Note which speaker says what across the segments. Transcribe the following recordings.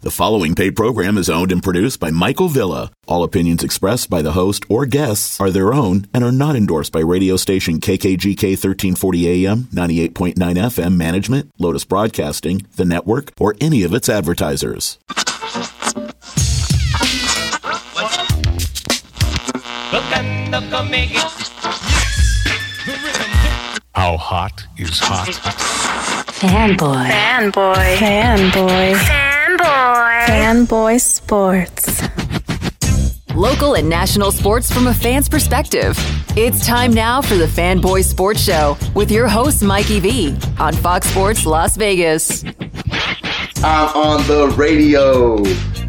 Speaker 1: The following paid program is owned and produced by Michael Villa. All opinions expressed by the host or guests are their own and are not endorsed by radio station KKGK 1340 AM, 98.9 FM Management, Lotus Broadcasting, The Network, or any of its advertisers.
Speaker 2: Look at the comedian.
Speaker 3: How hot is hot?
Speaker 4: Fanboy.
Speaker 5: Fanboy.
Speaker 4: Fanboy.
Speaker 5: Fanboy.
Speaker 4: Fanboy Sports.
Speaker 6: Local and national sports from a fan's perspective. It's time now for the Fanboy Sports Show with your host, Mikey V, on Fox Sports Las Vegas.
Speaker 7: I'm on the radio.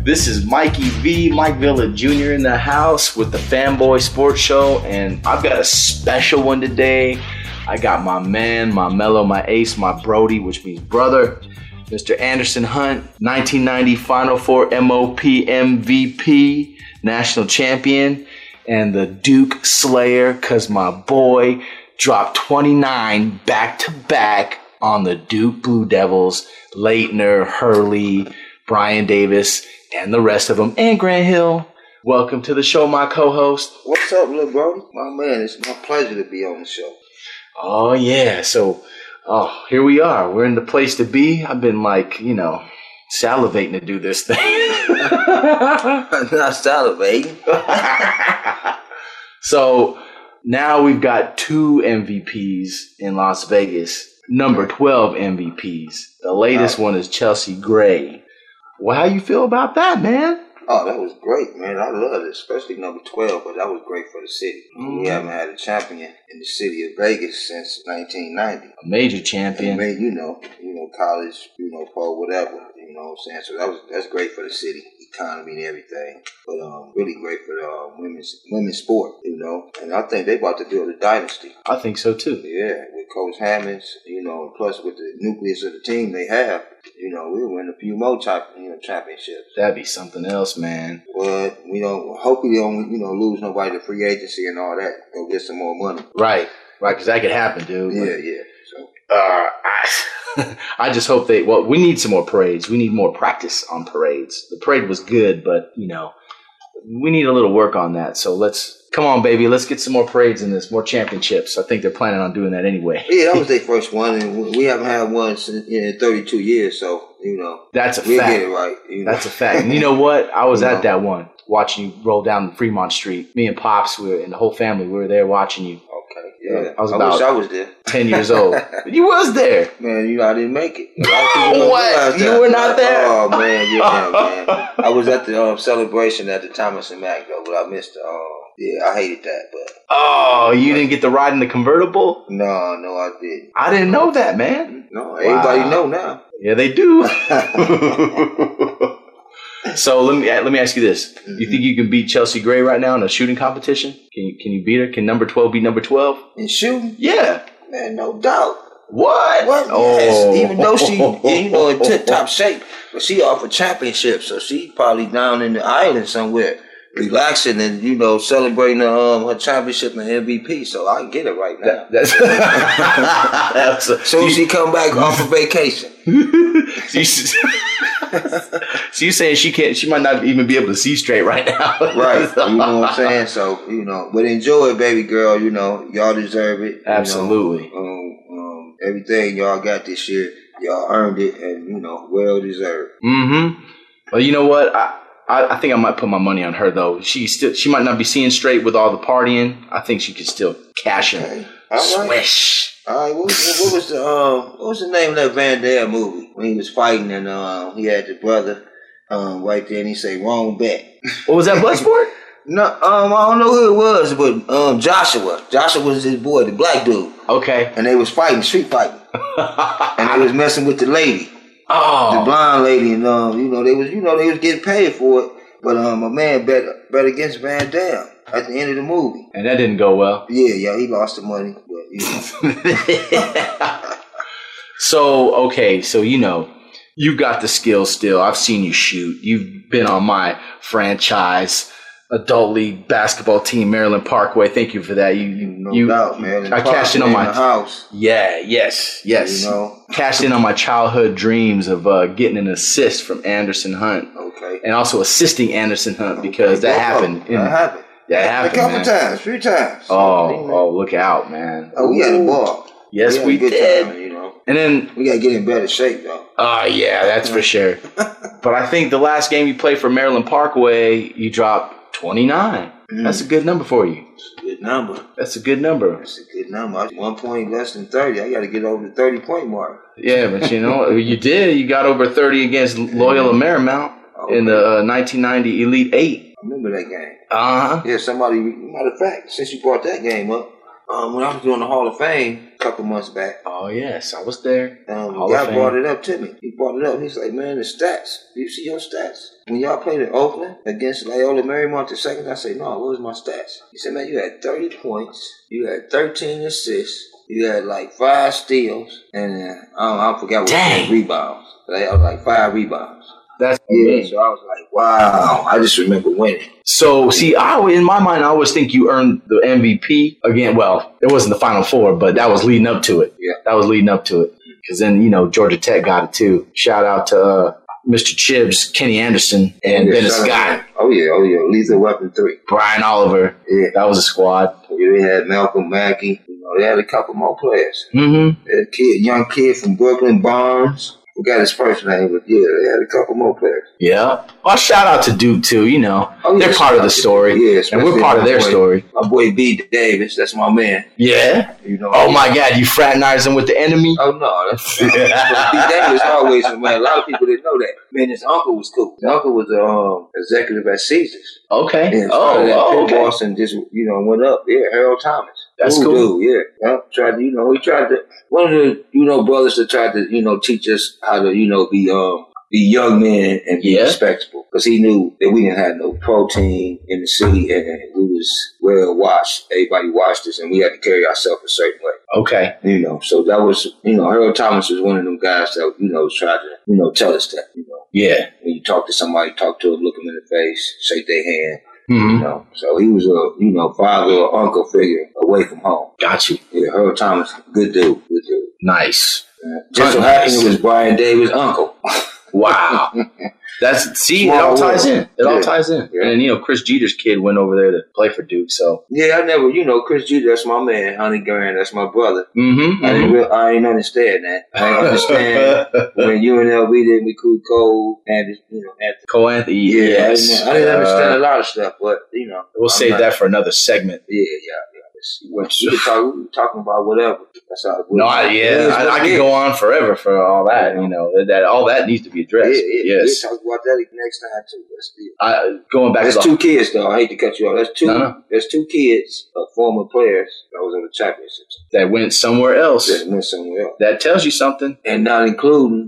Speaker 7: This is Mikey V, Mike Villa Jr. in the house with the Fanboy Sports Show, and I've got a special one today. I got my man, my mellow, my ace, my Brody, which means brother, Mr. Anderson Hunt, 1990 Final Four MOP MVP, national champion, and the Duke Slayer, because my boy dropped 29 back to back on the Duke Blue Devils, Leitner, Hurley, Brian Davis, and the rest of them, and Grant Hill. Welcome to the show, my co host.
Speaker 8: What's up, little bro? My man, it's my pleasure to be on the show.
Speaker 7: Oh, yeah. So, oh, here we are. We're in the place to be. I've been like, you know, salivating to do this thing.
Speaker 8: Not salivating.
Speaker 7: So now we've got two MVPs in Las Vegas, number 12 MVPs. The latest one is Chelsea Gray. Well, how you feel about that, man?
Speaker 8: Oh, that was great, man. I loved it, especially number 12, but that was great for the city. We haven't had a champion in the city of Vegas since 1990.
Speaker 7: A major
Speaker 8: I
Speaker 7: champion.
Speaker 8: mean, you know, you know, college, you know, for whatever, you know what I'm saying? So that was, that's great for the city, economy and everything, but um, really great for the um, women's, women's sport, you know, and I think they about to build a dynasty.
Speaker 7: I think so too.
Speaker 8: Yeah, with Coach Hammonds, you know, plus with the nucleus of the team they have, you know, we'll win a few more type, you know, championships.
Speaker 7: That'd be something else, man.
Speaker 8: But we don't hopefully don't you know lose nobody to free agency and all that. Go get some more money.
Speaker 7: Right, right, because that could happen, dude.
Speaker 8: Yeah, yeah. So
Speaker 7: Uh, I, I just hope they. Well, we need some more parades. We need more practice on parades. The parade was good, but you know, we need a little work on that. So let's come on, baby. Let's get some more parades in this, more championships. I think they're planning on doing that anyway.
Speaker 8: yeah, that was their first one, and we- we haven't had one since in 32 years. So you know,
Speaker 7: That's a
Speaker 8: we'll
Speaker 7: fact.
Speaker 8: get it right. You know.
Speaker 7: That's a fact. And you know what? I was at that one watching you roll down Fremont Street. Me and pops, we were, and the whole family, we were there watching you.
Speaker 8: okay. Yeah,
Speaker 7: I was
Speaker 8: I,
Speaker 7: about-
Speaker 8: wish I was there.
Speaker 7: Ten years old, but you was there.
Speaker 8: Man, you know, I didn't make it. A lot of people don't
Speaker 7: What?
Speaker 8: realize
Speaker 7: You
Speaker 8: that.
Speaker 7: were not there?
Speaker 8: Oh, man, yeah, man. I was at the um, celebration at the Thomas and Mack, though, but I missed the. Um, yeah, I hated that, but
Speaker 7: Oh, you didn't get to ride in the convertible.
Speaker 8: no, no, I didn't.
Speaker 7: I didn't know that, man.
Speaker 8: No, everybody
Speaker 7: Wow.
Speaker 8: know now.
Speaker 7: Yeah, they do. so let me let me ask you this: You
Speaker 8: Mm-hmm.
Speaker 7: think you can beat Chelsea Gray right now in a shooting competition? Can you can you beat her? Can number twelve beat number twelve?
Speaker 8: And shooting,
Speaker 7: Yeah.
Speaker 8: man, no doubt.
Speaker 7: What? Oh.
Speaker 8: What? Yes, even though she, you know, in tip top shape, but she off a championship, so she probably down in the island somewhere, relaxing and you know celebrating um, her championship and MVP. So I get it right now.
Speaker 7: That- that's, that's a-
Speaker 8: Soon as she come back off of vacation.
Speaker 7: so you so you saying she can't? She might not even be able to see straight right now.
Speaker 8: Right. You know what I'm saying? So, you know, but enjoy it, baby girl. You know, y'all deserve it. you know.
Speaker 7: Absolutely.
Speaker 8: um, um, everything y'all got this year, y'all earned it and, you know, well deserved.
Speaker 7: Mm-hmm. Well, you know what? I, I I think I might put my money on her though. She still she might not be seeing straight with all the partying. I think she could still cash in.
Speaker 8: Okay. All right.
Speaker 7: Swish.
Speaker 8: All right. What, was- what was the, um, what was the name of that Van Damme movie when he was fighting and, um, he had the brother, um, right there and he say, wrong bet.
Speaker 7: What was that Bloodsport?
Speaker 8: No, um, I don't know who it was, but, um, Joshua. Joshua was his boy, the black dude.
Speaker 7: okay.
Speaker 8: And they was fighting, street fighting. and they was messing with the lady. the
Speaker 7: Oh,
Speaker 8: blind lady, and um, you know they was, you know they was getting paid for it, but um, a man bet bet against Van Dam at the end of the movie.
Speaker 7: and that didn't go well.
Speaker 8: Yeah, yeah, he lost the money, but you know,
Speaker 7: so okay, so you know you got the skill still. I've seen you shoot. You've been on my franchise adult league basketball team, Maryland Parkway. Thank you for that. You, you,
Speaker 8: No
Speaker 7: you
Speaker 8: doubt, man. And
Speaker 7: I cashed in
Speaker 8: Parkman
Speaker 7: on my
Speaker 8: the house.
Speaker 7: yeah, yes, yes.
Speaker 8: You know?
Speaker 7: Cashed in on my childhood dreams of uh, getting an assist from Anderson Hunt,
Speaker 8: Okay.
Speaker 7: and also assisting Anderson Hunt because
Speaker 8: Go
Speaker 7: that
Speaker 8: up.
Speaker 7: happened. in-
Speaker 8: That happened.
Speaker 7: That
Speaker 8: A
Speaker 7: happened.
Speaker 8: couple
Speaker 7: man.
Speaker 8: times, three times.
Speaker 7: Oh, oh, look out, man!
Speaker 8: Oh, we had a ball.
Speaker 7: Yes,
Speaker 8: had a
Speaker 7: we
Speaker 8: good
Speaker 7: did.
Speaker 8: time, you know,
Speaker 7: And then,
Speaker 8: we gotta get in better shape though.
Speaker 7: oh yeah, that's for sure. but I think the last game you played for Maryland Parkway, you dropped twenty nine.
Speaker 8: Mm.
Speaker 7: That's a good number for you.
Speaker 8: Good number.
Speaker 7: That's a good number.
Speaker 8: That's a good number. One point less than thirty. I gotta get over the thirty point mark.
Speaker 7: Yeah, but you know, you did. You got over 30 against
Speaker 8: Mm.
Speaker 7: Loyola Marymount
Speaker 8: Oh,
Speaker 7: in the uh, 1990 Elite Eight.
Speaker 8: I remember that game.
Speaker 7: Uh huh.
Speaker 8: Yeah, somebody. Matter of fact, since you brought that game up, um, when I was doing the Hall of Fame a couple months back,
Speaker 7: Oh, yes, I was there.
Speaker 8: um,
Speaker 7: Hall of
Speaker 8: guy
Speaker 7: Fame.
Speaker 8: brought it up to me. He brought it up. He's like, "Man, the stats. You see your stats when y'all played in Oakland against Loyola Marymount the second. I say, "No, what was my stats?" He said, "Man, you had thirty points. You had thirteen assists. You had like five steals, and uh, I, don't, I forgot what
Speaker 7: Dang.
Speaker 8: rebounds. Like, I was like five rebounds."
Speaker 7: That's
Speaker 8: Yeah, so I was like, "Wow!" I just remember winning.
Speaker 7: So, see, I always- in my mind, I always think you earned the MVP again. Well, it wasn't the Final Four, but that was leading up to it.
Speaker 8: Yeah.
Speaker 7: that was leading up to it. Because then you know Georgia Tech got it too. Shout out to uh, Mr. Chibs, Kenny Anderson, and
Speaker 8: Yeah,
Speaker 7: Dennis
Speaker 8: shout out.
Speaker 7: Scott,
Speaker 8: Oh yeah, oh yeah, Lethal Weapon three.
Speaker 7: Brian Oliver.
Speaker 8: Yeah.
Speaker 7: That was a squad.
Speaker 8: Yeah, They had Malcolm Mackey. You know, they had a couple more players.
Speaker 7: Mm-hmm.
Speaker 8: They had a kid, young kid from Brooklyn, Barnes. Forgot his first name, but yeah, they had a couple more players.
Speaker 7: Yeah. Well, shout out to Duke too. You know,
Speaker 8: Oh, yeah,
Speaker 7: they're part of the story,
Speaker 8: Yeah,
Speaker 7: and we're
Speaker 8: especially
Speaker 7: part of
Speaker 8: my
Speaker 7: their
Speaker 8: boy-
Speaker 7: story.
Speaker 8: My boy B. Davis, that's my man.
Speaker 7: Yeah.
Speaker 8: You know.
Speaker 7: Oh my God, you fraternizing with the enemy?
Speaker 8: Oh no, that's B. Davis always a man. A lot of people didn't know that. Man, his uncle was cool. His uncle was a um, executive at Caesars.
Speaker 7: Okay.
Speaker 8: Uh, Yeah, started at
Speaker 7: Oh, oh,
Speaker 8: Penn
Speaker 7: okay.
Speaker 8: Boston just you know went up. Yeah, Harold Thomas.
Speaker 7: That's
Speaker 8: Cool
Speaker 7: cool.
Speaker 8: Dude, yeah. Well, tried to, you know he tried to one of the you know brothers that tried to you know teach us how to you know be um be young men and be
Speaker 7: Yeah.
Speaker 8: respectable because he knew that we didn't have no protein in the city and we was well washed. Everybody watched us and we had to carry ourselves a certain way.
Speaker 7: Okay.
Speaker 8: You know, so that was you know Harold Thomas was one of them guys that you know tried to you know tell us that you know
Speaker 7: Yeah.
Speaker 8: when you talk to somebody, talk to them, look them in the face, shake their hand.
Speaker 7: hmm
Speaker 8: You know, so he was a you know father or uncle figure away from home.
Speaker 7: Got you.
Speaker 8: Yeah, Earl Thomas, good dude, good dude.
Speaker 7: Nice.
Speaker 8: Just so happened it was Brian Davis' uncle.
Speaker 7: Wow. That's see, it
Speaker 8: Small
Speaker 7: all
Speaker 8: world.
Speaker 7: ties in. It all
Speaker 8: Yeah.
Speaker 7: ties in.
Speaker 8: Yeah.
Speaker 7: And you know, Chris Jeter's kid went over there to play for Duke. So,
Speaker 8: Yeah, I never, you know, Chris Jeter, that's my man. Honey Grant, that's my brother.
Speaker 7: mm-hmm.
Speaker 8: I didn't, real, I ain't understand that. I didn't understand when UNLV didn't recruit Cole and you know Anthony.
Speaker 7: Cole Anthony.
Speaker 8: Yeah,
Speaker 7: yes.
Speaker 8: I didn't, I didn't understand
Speaker 7: Uh,
Speaker 8: a lot of stuff, but you know,
Speaker 7: we'll
Speaker 8: I'm
Speaker 7: save
Speaker 8: not-
Speaker 7: that for another segment.
Speaker 8: Yeah, yeah, yeah. It's- What you talk, we talking about whatever. That's how. it
Speaker 7: No,
Speaker 8: was.
Speaker 7: I,
Speaker 8: It
Speaker 7: yeah,
Speaker 8: is
Speaker 7: I,
Speaker 8: what
Speaker 7: I
Speaker 8: it
Speaker 7: could
Speaker 8: is.
Speaker 7: go on forever for all that. You know that all that needs to be addressed.
Speaker 8: Yeah, yeah,
Speaker 7: yes.
Speaker 8: We'll talk about that next time too. That's, the-
Speaker 7: I, going back
Speaker 8: that's
Speaker 7: to the-
Speaker 8: two kids though. I hate to cut you off. That's two.
Speaker 7: No, no.
Speaker 8: That's two kids of former players that was on the championship team
Speaker 7: that went somewhere else.
Speaker 8: that went somewhere else,
Speaker 7: That tells you something.
Speaker 8: and not including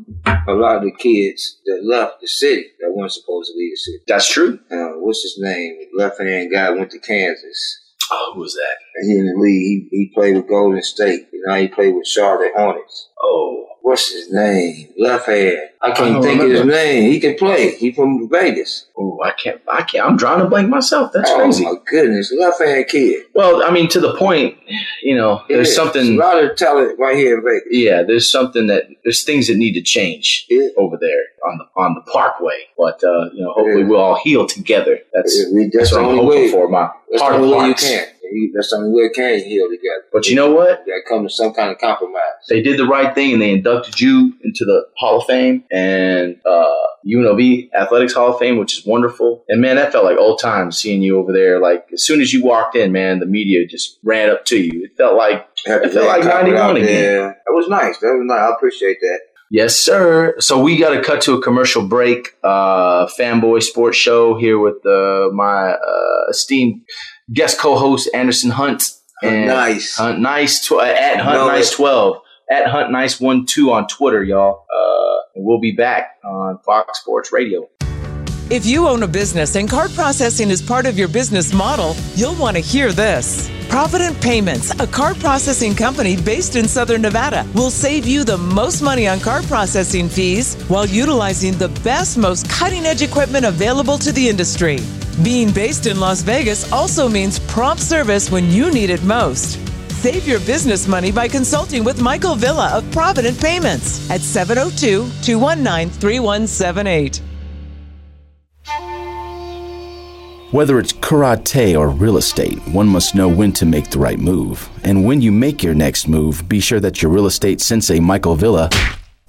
Speaker 8: a lot of the kids that left the city that weren't supposed to leave the city.
Speaker 7: That's true.
Speaker 8: Uh, what's his name? Left hand guy went to Kansas.
Speaker 7: Oh, who was that?
Speaker 8: And he in the league. He, he played with Golden State. And now he played with Charlotte Hornets.
Speaker 7: Oh,
Speaker 8: What's his name? Left hand. I can't
Speaker 7: don't
Speaker 8: think of
Speaker 7: remember.
Speaker 8: his name. He can play. He from Vegas.
Speaker 7: oh, I can't. I can't. I'm drawing a blank myself. That's
Speaker 8: oh
Speaker 7: crazy.
Speaker 8: my goodness, left hand kid.
Speaker 7: Well, I mean, to the point, you know,
Speaker 8: It
Speaker 7: there's
Speaker 8: is.
Speaker 7: something.
Speaker 8: a lot of talent right here in Vegas.
Speaker 7: Yeah, there's something that there's things that need to change
Speaker 8: Yeah.
Speaker 7: over there on the on the Parkway. But uh, you know, hopefully
Speaker 8: Yeah.
Speaker 7: we'll all heal together. That's
Speaker 8: Yeah, we-
Speaker 7: that's,
Speaker 8: that's
Speaker 7: what
Speaker 8: the
Speaker 7: I'm
Speaker 8: only
Speaker 7: hoping
Speaker 8: way.
Speaker 7: for. My
Speaker 8: That's the
Speaker 7: heart
Speaker 8: only way you
Speaker 7: parts.
Speaker 8: can. You- That's the only way it can heal together.
Speaker 7: But you know what?
Speaker 8: you gotta come to some kind of compromise.
Speaker 7: They did the right thing and they inducted you into the Hall of Fame and uh, UNLV Athletics Hall of Fame, which is wonderful. And man, that felt like old times seeing you over there. Like as soon as you walked in, man, the media just ran up to you. It felt like
Speaker 8: Have
Speaker 7: It felt like 91 again.
Speaker 8: That was nice. That was nice. I appreciate that.
Speaker 7: Yes, sir. So we got to cut to a commercial break. Uh, Fanboy Sports Show here with uh, my uh, esteemed guest co-host Anderson Hunt and
Speaker 8: nice.
Speaker 7: Hunt Nice tw- uh, at Hunt
Speaker 8: Know
Speaker 7: Nice
Speaker 8: it.
Speaker 7: Twelve at Hunt Nice One Two on Twitter, y'all. Uh, and we'll be back on Fox Sports Radio.
Speaker 9: If you own a business and card processing is part of your business model, you'll want to hear this. Provident Payments, a card processing company based in Southern Nevada, will save you the most money on card processing fees while utilizing the best, most cutting edge equipment available to the industry. Being based in Las Vegas also means prompt service when you need it most. Save your business money by consulting with Michael Villa of Provident Payments at 702 219 3178.
Speaker 10: Whether it's karate or real estate, one must know when to make the right move. And when you make your next move, be sure that your real estate sensei, Michael Villa,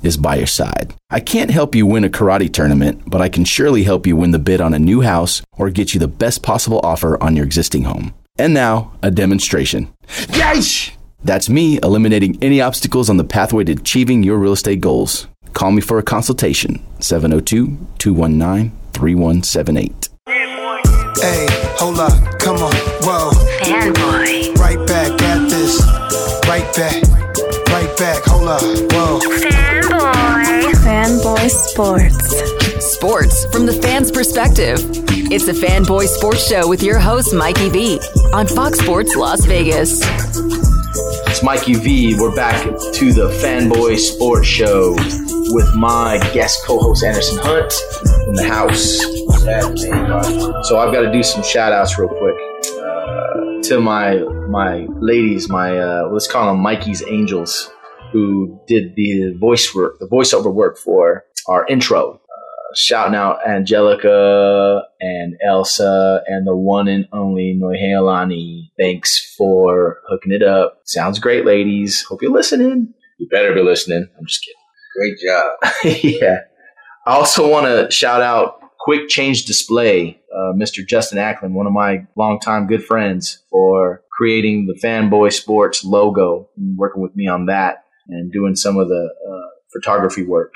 Speaker 10: is by your side. I can't help you win a karate tournament, but I can surely help you win the bid on a new house or get you the best possible offer on your existing home. And now, a demonstration. Yes! That's me eliminating any obstacles on the pathway to achieving your real estate goals. Call me for a consultation, 702 219 3178.
Speaker 11: Hey, hold up, come on, whoa. Fanboy. Right back at this. Right back, right back, hold up, whoa. Fanboy.
Speaker 4: Fanboy Sports.
Speaker 6: Sports from the fan's perspective. It's a fanboy sports show with your host, Mikey V, on Fox Sports Las Vegas.
Speaker 7: It's Mikey V. We're back to the Fanboy Sports Show with my guest co-host Anderson Hunt in the house. That man, God. So I've got to do some shout-outs real quick uh, to my my ladies, my uh, let's call them Mikey's Angels, who did the voice work, the voiceover work for our intro. Uh, shouting out Angelica and Elsa and the one and only Noihalani. Thanks for hooking it up. Sounds great, ladies. Hope you're listening. You better be listening. I'm just kidding
Speaker 8: Great job.
Speaker 7: yeah. I also want to shout out Quick Change Display, uh, Mr. Justin Ackland, one of my longtime good friends, for creating the Fanboy Sports logo and working with me on that and doing some of the uh, photography work.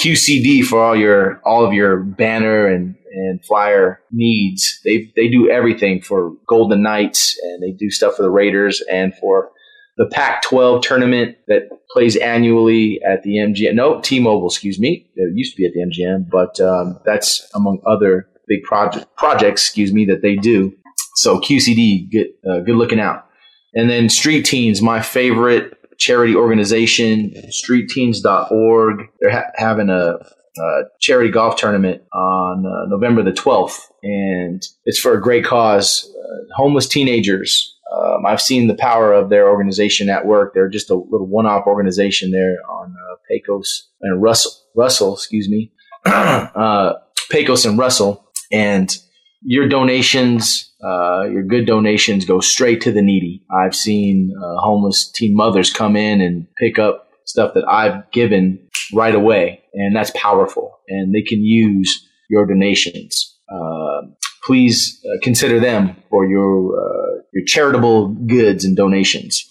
Speaker 7: QCD for all your all of your banner and and flyer needs. They they do everything for Golden Knights and they do stuff for the Raiders and for the Pac-12 tournament that plays annually at the MGM. No, T-Mobile, excuse me. It used to be at the MGM, but um, that's among other big project projects, excuse me, that they do. So QCD, good uh, good looking out. And then Street Teens, my favorite charity organization, streetteens.org. They're ha- having a, uh charity golf tournament on uh, November the 12th, and it's for a great cause uh, homeless teenagers. Um, I've seen the power of their organization at work. They're just a little one off organization there on uh, Pecos and Russell, Russell, excuse me, uh, Pecos and Russell. And your donations, uh, your good donations go straight to the needy. I've seen uh, homeless teen mothers come in and pick up stuff that I've given right away, and that's powerful. And they can use your donations. Uh, please uh, consider them for your uh, your charitable goods and donations.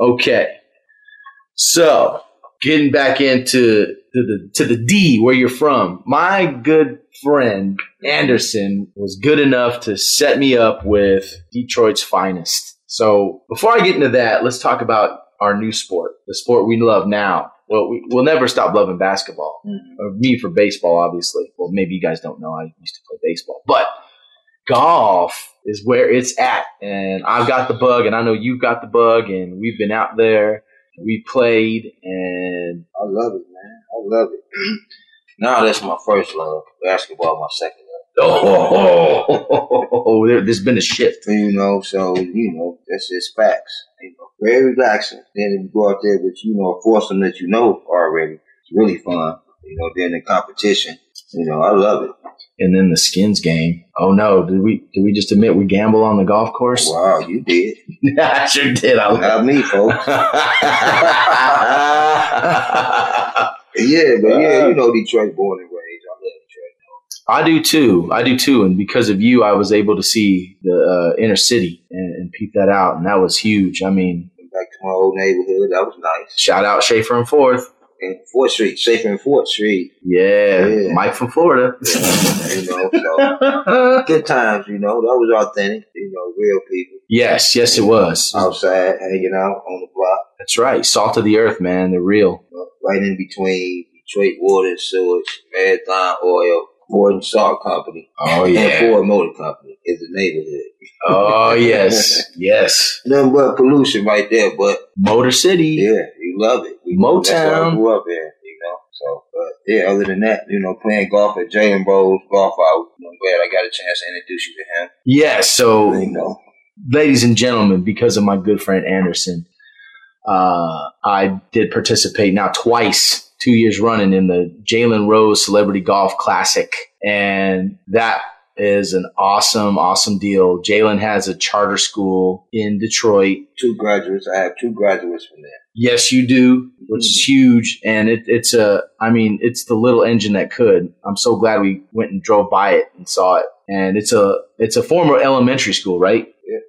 Speaker 7: Okay, so getting back into to the to the D where you're from, my good friend Anderson was good enough to set me up with Detroit's finest. So before I get into that, let's talk about our new sport, the sport we love now. Well, we, we'll never stop loving basketball. Or me for baseball, obviously. Well, maybe you guys don't know I used to play baseball, but golf is where it's at. And I've got the bug, and I know you've got the bug, and we've been out there. We played, and
Speaker 8: I love it, man. I love it. now that's my first love. Basketball, my second love.
Speaker 7: oh, there, there's been a shift.
Speaker 8: You know, so you know that's just facts. You know, very relaxing. Then if you go out there, but you know, force them that you know already. It's really fun. You know, then the competition. You know, I love it.
Speaker 7: And then the skins game. Oh no, did we did we just admit we gamble on the golf course?
Speaker 8: Wow, you did.
Speaker 7: I sure did. I
Speaker 8: Not me, folks. Yeah, but yeah, you know, Detroit born and raised. I love Detroit.
Speaker 7: I do too. I do too. And because of you, I was able to see the uh, inner city and, and peep that out, and that was huge. I mean,
Speaker 8: Went back to my old neighborhood. That was nice.
Speaker 7: shout out Schaefer and Fourth.
Speaker 8: And Fourth Street, safe in Fourth Street.
Speaker 7: Yeah,
Speaker 8: Yeah.
Speaker 7: Mike from Florida.
Speaker 8: you know, so good times. You know, that was authentic. You know, real people
Speaker 7: yes, yes, it was.
Speaker 8: Oh. outside hanging out on the block,
Speaker 7: That's right. Salt of the earth, man. They're real.
Speaker 8: you know, right in between Detroit Water and Sewage, Marathon Oil, Ford and Salt Company,
Speaker 7: Oh
Speaker 8: and Ford Motor Company is the neighborhood.
Speaker 7: oh yes, yes.
Speaker 8: Nothing but pollution right there, but
Speaker 7: Motor City.
Speaker 8: Yeah, you love it. You know, That's where I
Speaker 7: Motown.
Speaker 8: grew up in, you know. So, but yeah, other than that, you know, playing golf at Jalen Bowles Golf Out, you I'm glad I got a chance to introduce you to him.
Speaker 7: Yeah, so
Speaker 8: You know.
Speaker 7: ladies and gentlemen, because of my good friend Anderson, uh, I did participate now twice, two years running in the Jalen Rose Celebrity Golf Classic. And that is an awesome, awesome deal. Jalen has a charter school in Detroit.
Speaker 8: Two graduates. I have two graduates from there.
Speaker 7: Yes, you do, which is
Speaker 8: Mm-hmm.
Speaker 7: huge. And it, it's a, I mean, it's the little engine that could. I'm so glad we went and drove by it and saw it. And it's a, it's a former elementary school, right?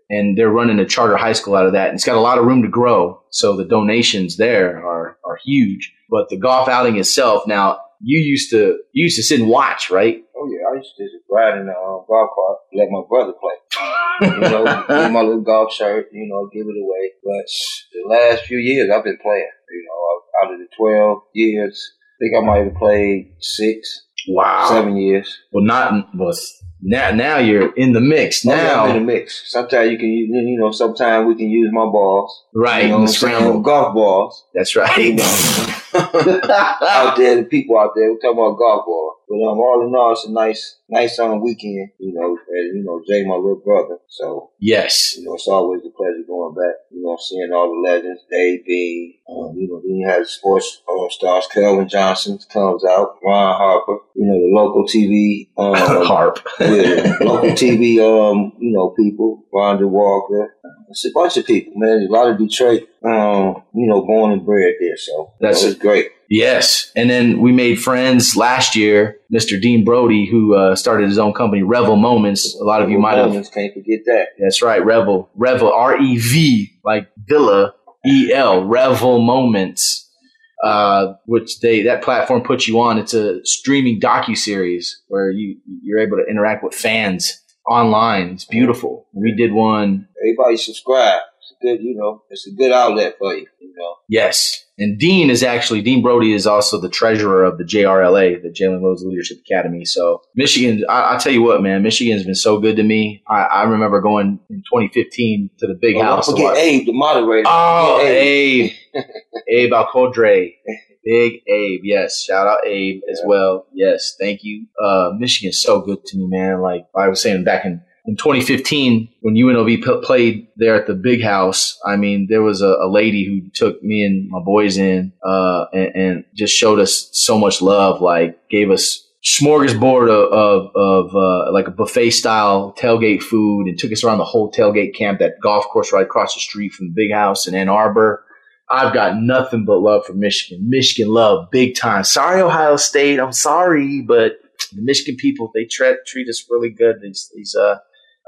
Speaker 7: And they're running a charter high school out of that. And it's got a lot of room to grow. So the donations there are, are huge. But the golf outing itself, now you used to, you used to sit and watch, right?
Speaker 8: Oh yeah, I used to just ride in the um, golf cart, let my brother play. you know, in my little golf shirt, you know, give it away. But the last few years, I've been playing. You know, out of the twelve years, I think I might have played six,
Speaker 7: Wow.
Speaker 8: seven years.
Speaker 7: Well, not, well, now, now you're in the mix
Speaker 8: Oh, yeah,
Speaker 7: now.
Speaker 8: I'm in the mix. Sometimes you can, use- you know, sometimes we can use my balls,
Speaker 7: Right,
Speaker 8: You know,
Speaker 7: and
Speaker 8: what I'm
Speaker 7: scramble.
Speaker 8: saying? golf balls.
Speaker 7: That's
Speaker 8: You
Speaker 7: right.
Speaker 8: know, out there, the people out there, we talking about golf ball. But um, all in all, it's a nice, nice um, weekend. You know, and, you know, Jay, my little brother. So
Speaker 7: yes.
Speaker 8: you know, it's always a pleasure going back. You know, seeing all the legends, Dave Bean. Um, you know, then you had the sports um, stars, Kelvin Johnson comes out, Ron Harper. You know, the local TV um,
Speaker 7: Harp.
Speaker 8: yeah, local TV, um, you know, people, Rhonda Walker. It's a bunch of people, man. A lot of Detroit, um, you know, born and bred there. So
Speaker 7: That's-
Speaker 8: that's was great.
Speaker 7: Yes. And then we made friends last year, Mr. Dean Brody, who uh, started his own company, Revel Moments. A lot of you might have.
Speaker 8: Romans can't forget that.
Speaker 7: That's right, Revel. Revel, R E V, like Villa, E L, Revel Moments. Uh, which they that platform puts you on. It's a streaming docu series where you you're able to interact with fans online. It's beautiful. We did one.
Speaker 8: Everybody subscribe. It's a good, you know, it's a good outlet for you. You know,
Speaker 7: Yes, and Dean is actually Dean Brody is also the treasurer of the JRLA, the Jalen Rose Leadership Academy. So Michigan, I, I tell you what, man, Michigan's been so good to me. I, I remember going in 2015 to the big
Speaker 8: Oh,
Speaker 7: house.
Speaker 8: don't
Speaker 7: to
Speaker 8: forget
Speaker 7: watch-
Speaker 8: Abe, the moderator.
Speaker 7: Oh,
Speaker 8: Forget
Speaker 7: Abe. Abe Alcodre. Big Abe. Yes. Shout out Abe as well. Yes. Thank you. Uh, Michigan's so good to me, man. Like I was saying back in, in 2015, when UNLV p- played there at the big house, I mean, there was a, a lady who took me and my boys in uh, and, and just showed us so much love, like gave us smorgasbord of, of, of uh, like a buffet style tailgate food and took us around the whole tailgate camp, that golf course right across the street from the big house in Ann Arbor. I've got nothing but love for Michigan. Michigan love big time. Sorry, Ohio State. I'm sorry, but the Michigan people, they tra- treat us really good. These, these, uh,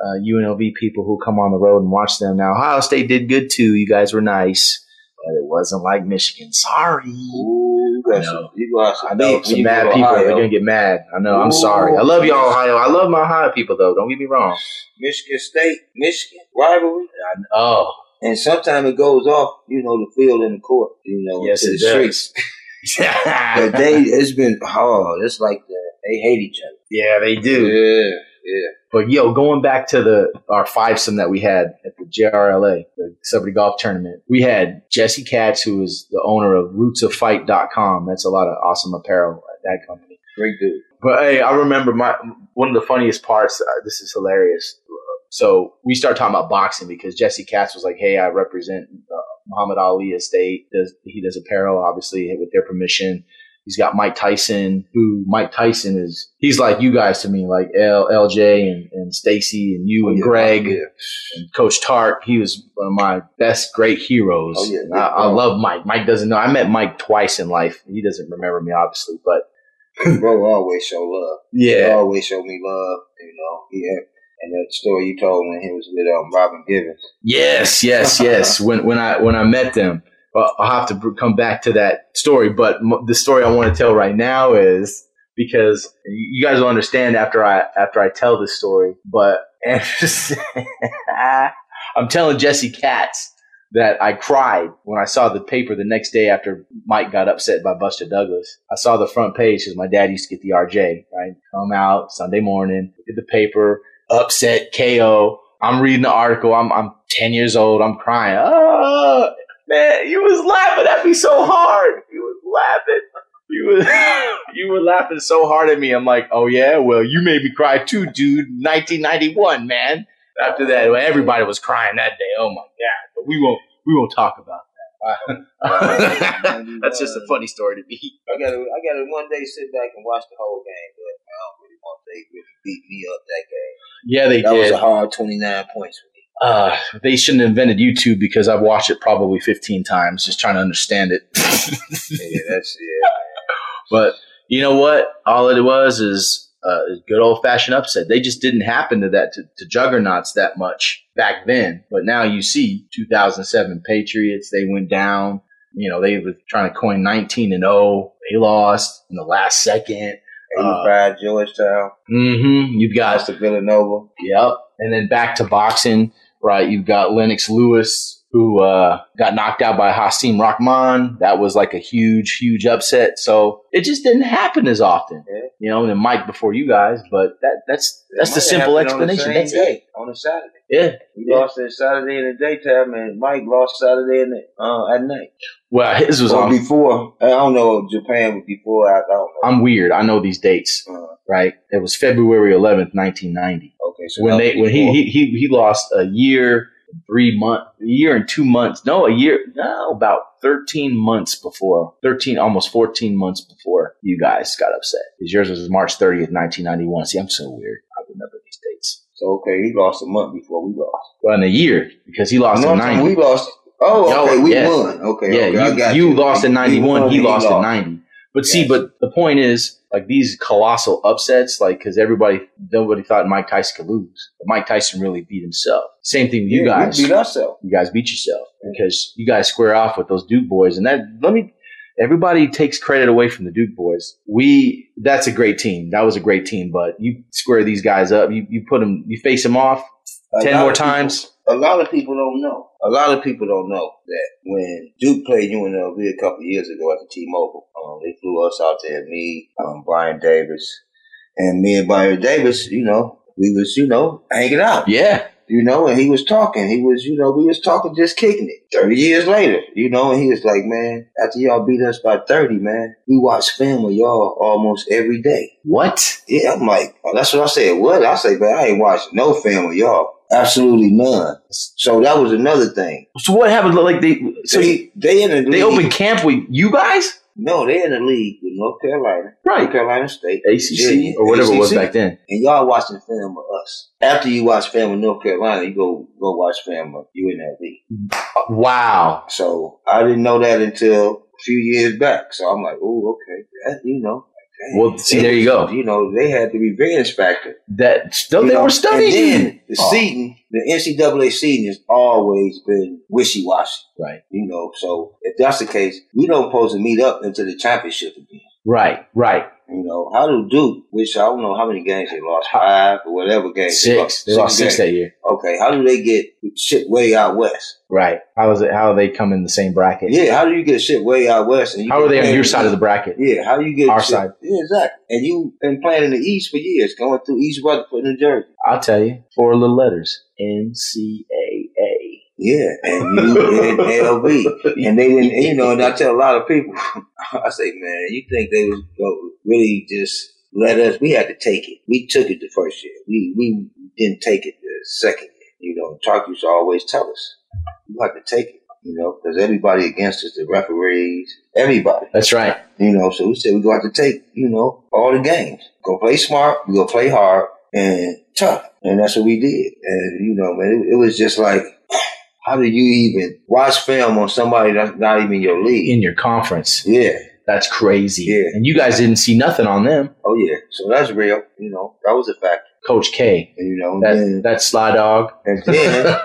Speaker 7: uh, UNLV people who come on the road and watch them. Now, Ohio State did good too. You guys were nice, but it wasn't like Michigan. Sorry.
Speaker 8: Ooh, you
Speaker 7: I
Speaker 8: got
Speaker 7: know.
Speaker 8: some, you got some,
Speaker 7: I know
Speaker 8: beef when
Speaker 7: some
Speaker 8: you
Speaker 7: mad
Speaker 8: go to
Speaker 7: people are
Speaker 8: Ohio.
Speaker 7: gonna get mad. I know. I'm
Speaker 8: Ooh.
Speaker 7: sorry. I love y'all, Ohio. I love my Ohio people though. Don't get me wrong.
Speaker 8: Michigan State, Michigan rivalry.
Speaker 7: Oh,
Speaker 8: And sometimes it goes off, you know, the field and the court, you know,
Speaker 7: Yes,
Speaker 8: to
Speaker 7: it
Speaker 8: the
Speaker 7: does.
Speaker 8: streets. But
Speaker 7: yeah,
Speaker 8: they, it's been hard. It's like the, they hate each other.
Speaker 7: they do.
Speaker 8: Yeah, yeah.
Speaker 7: But yo, going back to the our fivesome that we had at the JRLA, the celebrity golf tournament, we had Jesse Katz, who is the owner of RootsOfFight.com. That's a lot of awesome apparel at that company.
Speaker 8: Great dude.
Speaker 7: But hey, I remember my one of the funniest parts. Uh, this is hilarious. So we start talking about boxing because Jesse Katz was like, "Hey, I represent uh, Muhammad Ali Estate. Does he does apparel? Obviously, with their permission. He's got Mike Tyson, who Mike Tyson is. He's like you guys to me, like L, LJ and, and Stacy and you and
Speaker 8: Oh, Yeah,
Speaker 7: Greg
Speaker 8: yeah.
Speaker 7: and Coach Tark. He was one of my best great heroes.
Speaker 8: Oh, yeah,
Speaker 7: And
Speaker 8: yeah.
Speaker 7: I, I love Mike. Mike doesn't know. I met Mike twice in life. He doesn't remember me, obviously, but
Speaker 8: Bro always show love. He
Speaker 7: yeah,
Speaker 8: always show me love, you know. Yeah. And that story you told when he was with um, Robin Givens.
Speaker 7: Yes, yes, yes. when when I when I met them, Well, I'll have to br- come back to that story. But m- the story I want to tell right now is because y- you guys will understand after I after I tell this story. But Anderson, I'm telling Jesse Katz that I cried when I saw the paper the next day after Mike got upset by Buster Douglas. I saw the front page because my dad used to get the RJ. Right, come out Sunday morning, look at the paper, upset KO. I'm reading the article. I'm I'm 10 years old. I'm crying. Oh, Ah, man, you was laughing at me so hard. You was laughing. You were, you were laughing so hard at me. I'm like, oh yeah, well you made me cry too, dude. 1991, man. After that, well, everybody was crying that day. Oh my god. But we won't we won't talk about that. That's just a funny story to me.
Speaker 8: I gotta, I gotta one day sit back and watch the whole game, but I don't really want they really beat me up that game.
Speaker 7: Yeah, they
Speaker 8: that
Speaker 7: did.
Speaker 8: was a hard twenty nine points for me.
Speaker 7: uh, they shouldn't have invented YouTube because I've watched it probably 15 times just trying to understand it.
Speaker 8: yeah, that's yeah.
Speaker 7: but you know what? All it was is uh, is good old fashioned upset. They just didn't happen to that to, to juggernauts that much back then. But now you see 2007 Patriots. They went down. You know they were trying to coin 19 and 0. They lost in the last second. Uh,
Speaker 8: Eighty five Georgetown,
Speaker 7: Mm-hmm. You've got
Speaker 8: lost to Villanova.
Speaker 7: Yep. And then back to boxing, right? You've got Lennox Lewis, who uh, got knocked out by Hasim Rahman. That was like a huge, huge upset. So it just didn't happen as often,
Speaker 8: Yeah.
Speaker 7: you know. And Mike before you guys, but that that's that's
Speaker 8: It
Speaker 7: the
Speaker 8: might
Speaker 7: simple
Speaker 8: have happened on the
Speaker 7: explanation.
Speaker 8: same
Speaker 7: That's it.
Speaker 8: day, on a Saturday.
Speaker 7: Yeah.
Speaker 8: We
Speaker 7: Yeah.
Speaker 8: lost it Saturday in the daytime, and Mike lost Saturday in the, uh, at night.
Speaker 7: Well, his was
Speaker 8: Or
Speaker 7: on.
Speaker 8: before. I don't know. if Japan was before. I, I don't know.
Speaker 7: I'm weird. I know these dates,
Speaker 8: Uh,
Speaker 7: right? It was February 11th, 1990.
Speaker 8: okay, so
Speaker 7: when
Speaker 8: that
Speaker 7: they
Speaker 8: was
Speaker 7: when he,
Speaker 8: before.
Speaker 7: he he he lost a year three month a year and two months no a year no about 13 months before 13 almost 14 months before you guys got upset because yours was march 30th 1991 see i'm so weird i remember these dates
Speaker 8: so okay, he lost a month before we lost.
Speaker 7: well in a year because he lost
Speaker 8: No,
Speaker 7: in
Speaker 8: I'm saying
Speaker 7: 90
Speaker 8: we lost. Oh,
Speaker 7: Y'all-
Speaker 8: okay, we
Speaker 7: yeah.
Speaker 8: won. Okay,
Speaker 7: yeah
Speaker 8: okay, I
Speaker 7: you,
Speaker 8: got
Speaker 7: you lost in 91
Speaker 8: won,
Speaker 7: he lost in 90 but see
Speaker 8: Yes.
Speaker 7: but the point is like these colossal upsets like because everybody nobody thought mike tyson could lose but mike tyson really beat himself same thing with you
Speaker 8: Yeah,
Speaker 7: guys
Speaker 8: we beat ourselves.
Speaker 7: you guys beat yourself because you guys square off with those Duke boys. And that let me everybody takes credit away from the Duke boys. We that's a great team. That was a great team, but you square these guys up. You you put them you face them off
Speaker 8: A
Speaker 7: ten
Speaker 8: lot
Speaker 7: more
Speaker 8: of people-
Speaker 7: times.
Speaker 8: A lot of people don't know. A lot of people don't know that when Duke played UNLV a couple of years ago at the T-Mobile, um, they flew us out there. Me, um, Brian Davis, and me and Brian Davis. You know, we was you know hanging out.
Speaker 7: Yeah.
Speaker 8: you know, and he was talking. He was, you know, we was talking, just kicking it. Thirty years later, you know, and he was like, "Man, after y'all beat us by thirty, man, we watch film of y'all almost every day."
Speaker 7: What?
Speaker 8: Yeah, I'm like, oh, that's what I said. What I say, man, I ain't watched no film of y'all, absolutely none. So that was another thing.
Speaker 7: So what happened? Like they so
Speaker 8: So they, they in the league.
Speaker 7: they opened camp with you guys?
Speaker 8: No, they in the league with North Carolina,
Speaker 7: Right.
Speaker 8: North Carolina State,
Speaker 7: ACC or whatever it was
Speaker 8: ACC.
Speaker 7: back then.
Speaker 8: and y'all watching film of us. After you watch film of North Carolina, you go go watch film of UNLV.
Speaker 7: Wow.
Speaker 8: So I didn't know that until a few years back. So I'm like, oh, okay, that, you know. like, dang.
Speaker 7: Well, see, there you go.
Speaker 8: You know, they had the revenge factor.
Speaker 7: That no,
Speaker 8: You
Speaker 7: Oh, they
Speaker 8: know?
Speaker 7: were studying.
Speaker 8: And then the
Speaker 7: Oh,
Speaker 8: seeding, the NCAA seeding has always been wishy washy.
Speaker 7: Oh, Right.
Speaker 8: You know, so if that's the case, we don't supposed to meet up until the championship again.
Speaker 7: Right. Right.
Speaker 8: You know, how do Duke, which I don't know how many games they lost, five or whatever games they
Speaker 7: Six.
Speaker 8: lost.
Speaker 7: They lost six
Speaker 8: games.
Speaker 7: that year.
Speaker 8: Okay, how do they get shit way out west?
Speaker 7: Right. How is it? How they come in the same bracket?
Speaker 8: Yeah, how do you get shit way out west? And you
Speaker 7: How are they on
Speaker 8: compare
Speaker 7: your
Speaker 8: it-
Speaker 7: side of the bracket?
Speaker 8: Yeah, how you get
Speaker 7: Our
Speaker 8: shit-
Speaker 7: side.
Speaker 8: Yeah, exactly. And you been playing in the East for years, going through East Rutherford, New Jersey.
Speaker 7: I'll tell you. Four little letters. NCAA.
Speaker 8: Yeah, and you in LV, and they didn't. and, you know, and I tell a lot of people, I say, man, you think they was gonna really just let us? We had to take it. We took it the first year. We we didn't take it the second year. You know, Tark used to always tell us, you have to take it. You know, because everybody against us, the referees, everybody.
Speaker 7: That's right.
Speaker 8: You know, so we said we're going to have to take, you know, all the games. Go play smart, we go play hard and tough. And that's what we did. And, you know, man, it, it was just like, how do you even watch film on somebody that's not even your league?
Speaker 7: In your conference.
Speaker 8: Yeah.
Speaker 7: That's crazy.
Speaker 8: Yeah.
Speaker 7: And you guys didn't see nothing on them.
Speaker 8: Oh, yeah. So that's real. You know, that was a fact.
Speaker 7: Coach K.
Speaker 8: You know, and
Speaker 7: That
Speaker 8: then,
Speaker 7: that sly dog.
Speaker 8: and then,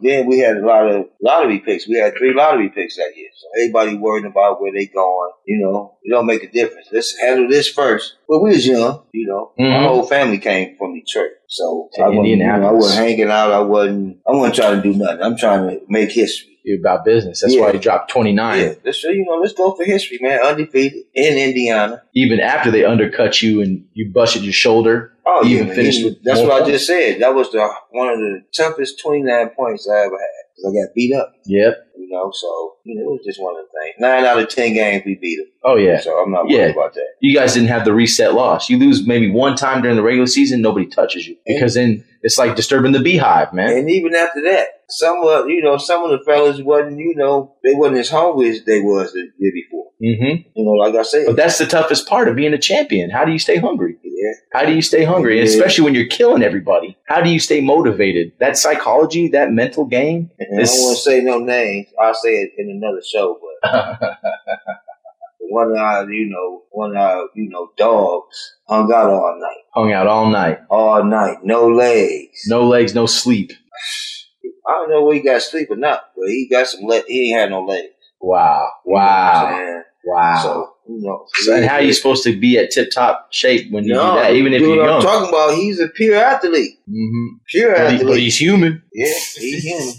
Speaker 8: then we had a lot of lottery picks. We had three lottery picks that year. So everybody worried about where they going. You know, it don't make a difference. Let's handle this first. Well, we was young. You know,
Speaker 7: Mhm.
Speaker 8: my whole family came from Detroit, so
Speaker 7: To
Speaker 8: I wasn't, you know, I
Speaker 7: Indianapolis.
Speaker 8: wasn't hanging out. I wasn't. I wasn't trying to do nothing. I'm trying to make history.
Speaker 7: You're about business. That's
Speaker 8: Yeah.
Speaker 7: why he dropped twenty nine.
Speaker 8: Yeah, let's you know, let's go for history, man. Undefeated in Indiana.
Speaker 7: Even after they undercut you and you busted your shoulder.
Speaker 8: Oh,
Speaker 7: you
Speaker 8: yeah,
Speaker 7: even
Speaker 8: man.
Speaker 7: finished
Speaker 8: Even-
Speaker 7: with
Speaker 8: That's
Speaker 7: more
Speaker 8: what I
Speaker 7: points.
Speaker 8: just said. That was the one of the toughest 29 points I ever had. 'Cause I got beat up.
Speaker 7: Yep.
Speaker 8: You know, so you know, it was just one of the things. Nine out of ten games we beat them.
Speaker 7: Oh yeah.
Speaker 8: So I'm not worried
Speaker 7: Yeah.
Speaker 8: about that.
Speaker 7: You guys didn't have the reset loss. You lose maybe one time during the regular season, nobody touches you because then it's like disturbing the beehive, man.
Speaker 8: And even after that, some of you know, some of the fellas wasn't, you know, they wasn't as hungry as they was the year before.
Speaker 7: hmm
Speaker 8: You know, like I said,
Speaker 7: But that's the toughest part of being a champion. How do you stay hungry?
Speaker 8: yeah,
Speaker 7: How do you stay hungry, And
Speaker 8: Yeah.
Speaker 7: especially when you're killing everybody? How do you stay motivated? That psychology, that mental game.
Speaker 8: And I don't want to say no names. I'll say it in another show. But one of our, you know, one of our, you know, dogs hung out all night,
Speaker 7: hung out all night,
Speaker 8: all night, no legs.
Speaker 7: no legs, no sleep.
Speaker 8: I don't know where he got sleep or not, but he got some. Le- he ain't had no legs.
Speaker 7: Wow,
Speaker 8: You know what I'm
Speaker 7: wow,
Speaker 8: saying?
Speaker 7: wow.
Speaker 8: So you know,
Speaker 7: So then how are you supposed to be at tip top shape when you
Speaker 8: No,
Speaker 7: do that? Even if
Speaker 8: dude,
Speaker 7: you're
Speaker 8: I'm
Speaker 7: young,
Speaker 8: talking about he's a pure athlete.
Speaker 7: hmm
Speaker 8: Pure
Speaker 7: but, he-
Speaker 8: athlete.
Speaker 7: but he's human.
Speaker 8: Yeah, he human.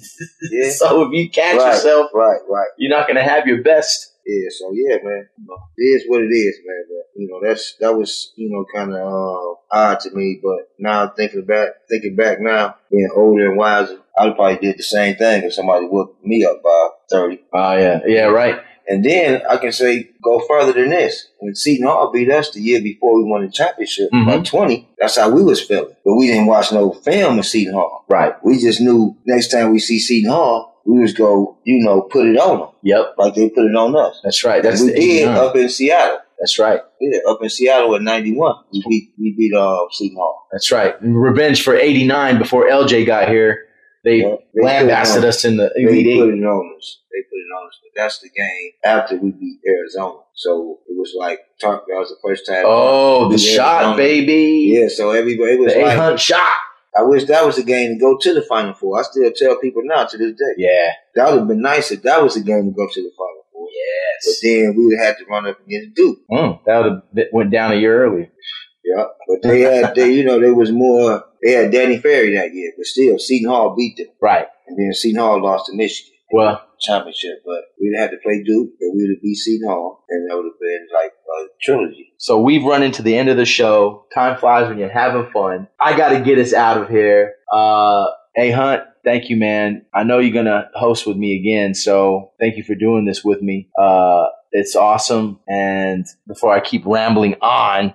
Speaker 8: Yeah.
Speaker 7: So if you catch
Speaker 8: right,
Speaker 7: yourself,
Speaker 8: Right, right.
Speaker 7: you're not gonna have your best.
Speaker 8: Yeah, so yeah, man. You know, It is what it is, man. But you know, that's that was, you know, kinda uh, odd to me, but now thinking back thinking back now, being older and wiser, I probably did the same thing if somebody woke me up by thirty.
Speaker 7: Oh yeah, yeah, right.
Speaker 8: And then I can say go further than this. When Seton Hall beat us the year before we won the championship by
Speaker 7: Mhm.
Speaker 8: twenty, that's how we was feeling. But we didn't watch no film of Seton Hall.
Speaker 7: Right.
Speaker 8: We just knew next time we see Seton Hall, we was go, you know, put it on them
Speaker 7: Yep.
Speaker 8: like they put it on us.
Speaker 7: That's right. That's
Speaker 8: That's we
Speaker 7: the
Speaker 8: did uh,
Speaker 7: 89.
Speaker 8: up in Seattle.
Speaker 7: That's right.
Speaker 8: Yeah, up in Seattle in '91, we beat we beat uh, Seton Hall.
Speaker 7: That's right. Revenge for '89 before LJ got here. They
Speaker 8: Yeah, they
Speaker 7: lambasted
Speaker 8: put it on.
Speaker 7: us in the
Speaker 8: They put
Speaker 7: Elite Eight.
Speaker 8: it on us. They put it on us. But that's the game after we beat Arizona. So it was like talk. That was the first time.
Speaker 7: Oh, the
Speaker 8: Yeah,
Speaker 7: shot,
Speaker 8: um,
Speaker 7: baby.
Speaker 8: yeah. So everybody it was
Speaker 7: the 800
Speaker 8: like
Speaker 7: shot.
Speaker 8: I wish that was the game to go to the Final Four. I still tell people now to this day
Speaker 7: Yeah.
Speaker 8: that would have been nice if that was the game to go to the Final Four. But
Speaker 7: Yes.
Speaker 8: then we would have had to run up against Duke.
Speaker 7: Mm, that would have that went down a year early.
Speaker 8: Yeah, but they had they you know they was more they had Danny Ferry that year, but still Seton Hall beat them,
Speaker 7: Right.
Speaker 8: and then Seton Hall lost to Michigan
Speaker 7: Well,
Speaker 8: championship. But we'd have had to play Duke, and we'd have beat Seton Hall, and that would have been like a trilogy.
Speaker 7: so we've run into the end of the show. Time flies when you're having fun. I got to get us out of here. Uh, hey, Hunt, thank you, man. I know you're going to host with me again, so thank you for doing this with me. Uh, it's awesome. And before I keep rambling on,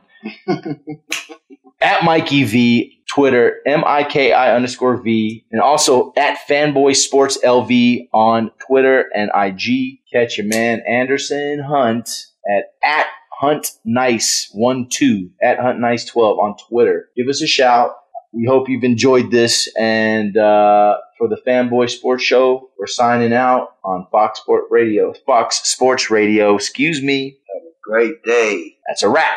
Speaker 7: at Mikey V, Twitter, M I K I underscore V, and also at Fanboy Sports LV on Twitter and IG. Catch your man Anderson Hunt at at Hunt Nice one two at Hunt Nice twelve on Twitter. Give us a shout. We hope you've enjoyed this, and uh, for the Fanboy Sports Show, we're signing out on Fox Sport Radio. Fox Sports Radio, excuse me.
Speaker 8: Great day.
Speaker 7: That's a wrap.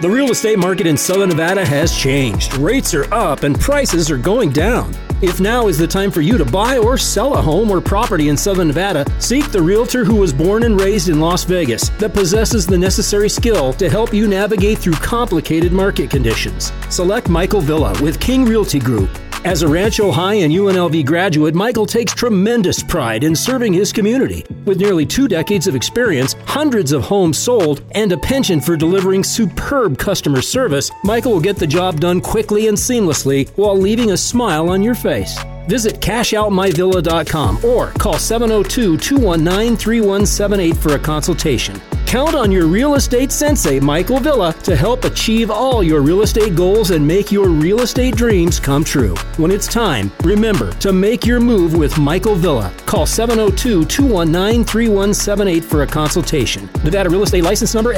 Speaker 12: The real estate market in Southern Nevada has changed. Rates are up and prices are going down. If now is the time for you to buy or sell a home or property in Southern Nevada, seek the realtor who was born and raised in Las Vegas that possesses the necessary skill to help you navigate through complicated market conditions. Select Michael Villa with King Realty Group. As a Rancho High and UNLV graduate, Michael takes tremendous pride in serving his community. With nearly two decades of experience, hundreds of homes sold, and a penchant for delivering superb customer service, Michael will get the job done quickly and seamlessly while leaving a smile on your face. Visit cashoutmyvilla.com or call 702 219 3178 for a consultation. Count on your real estate sensei, Michael Villa, to help achieve all your real estate goals and make your real estate dreams come true. When it's time, remember to make your move with Michael Villa. Call 702 219 3178 for a consultation. Nevada Real Estate License Number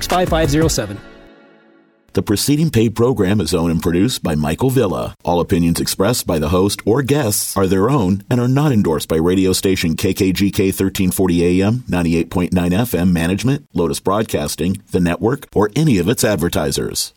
Speaker 12: S0065507.
Speaker 1: The preceding paid program is owned and produced by Michael Villa. All opinions expressed by the host or guests are their own and are not endorsed by radio station KKGK 1340 AM, 98.9 FM management, Lotus Broadcasting, the network, or any of its advertisers.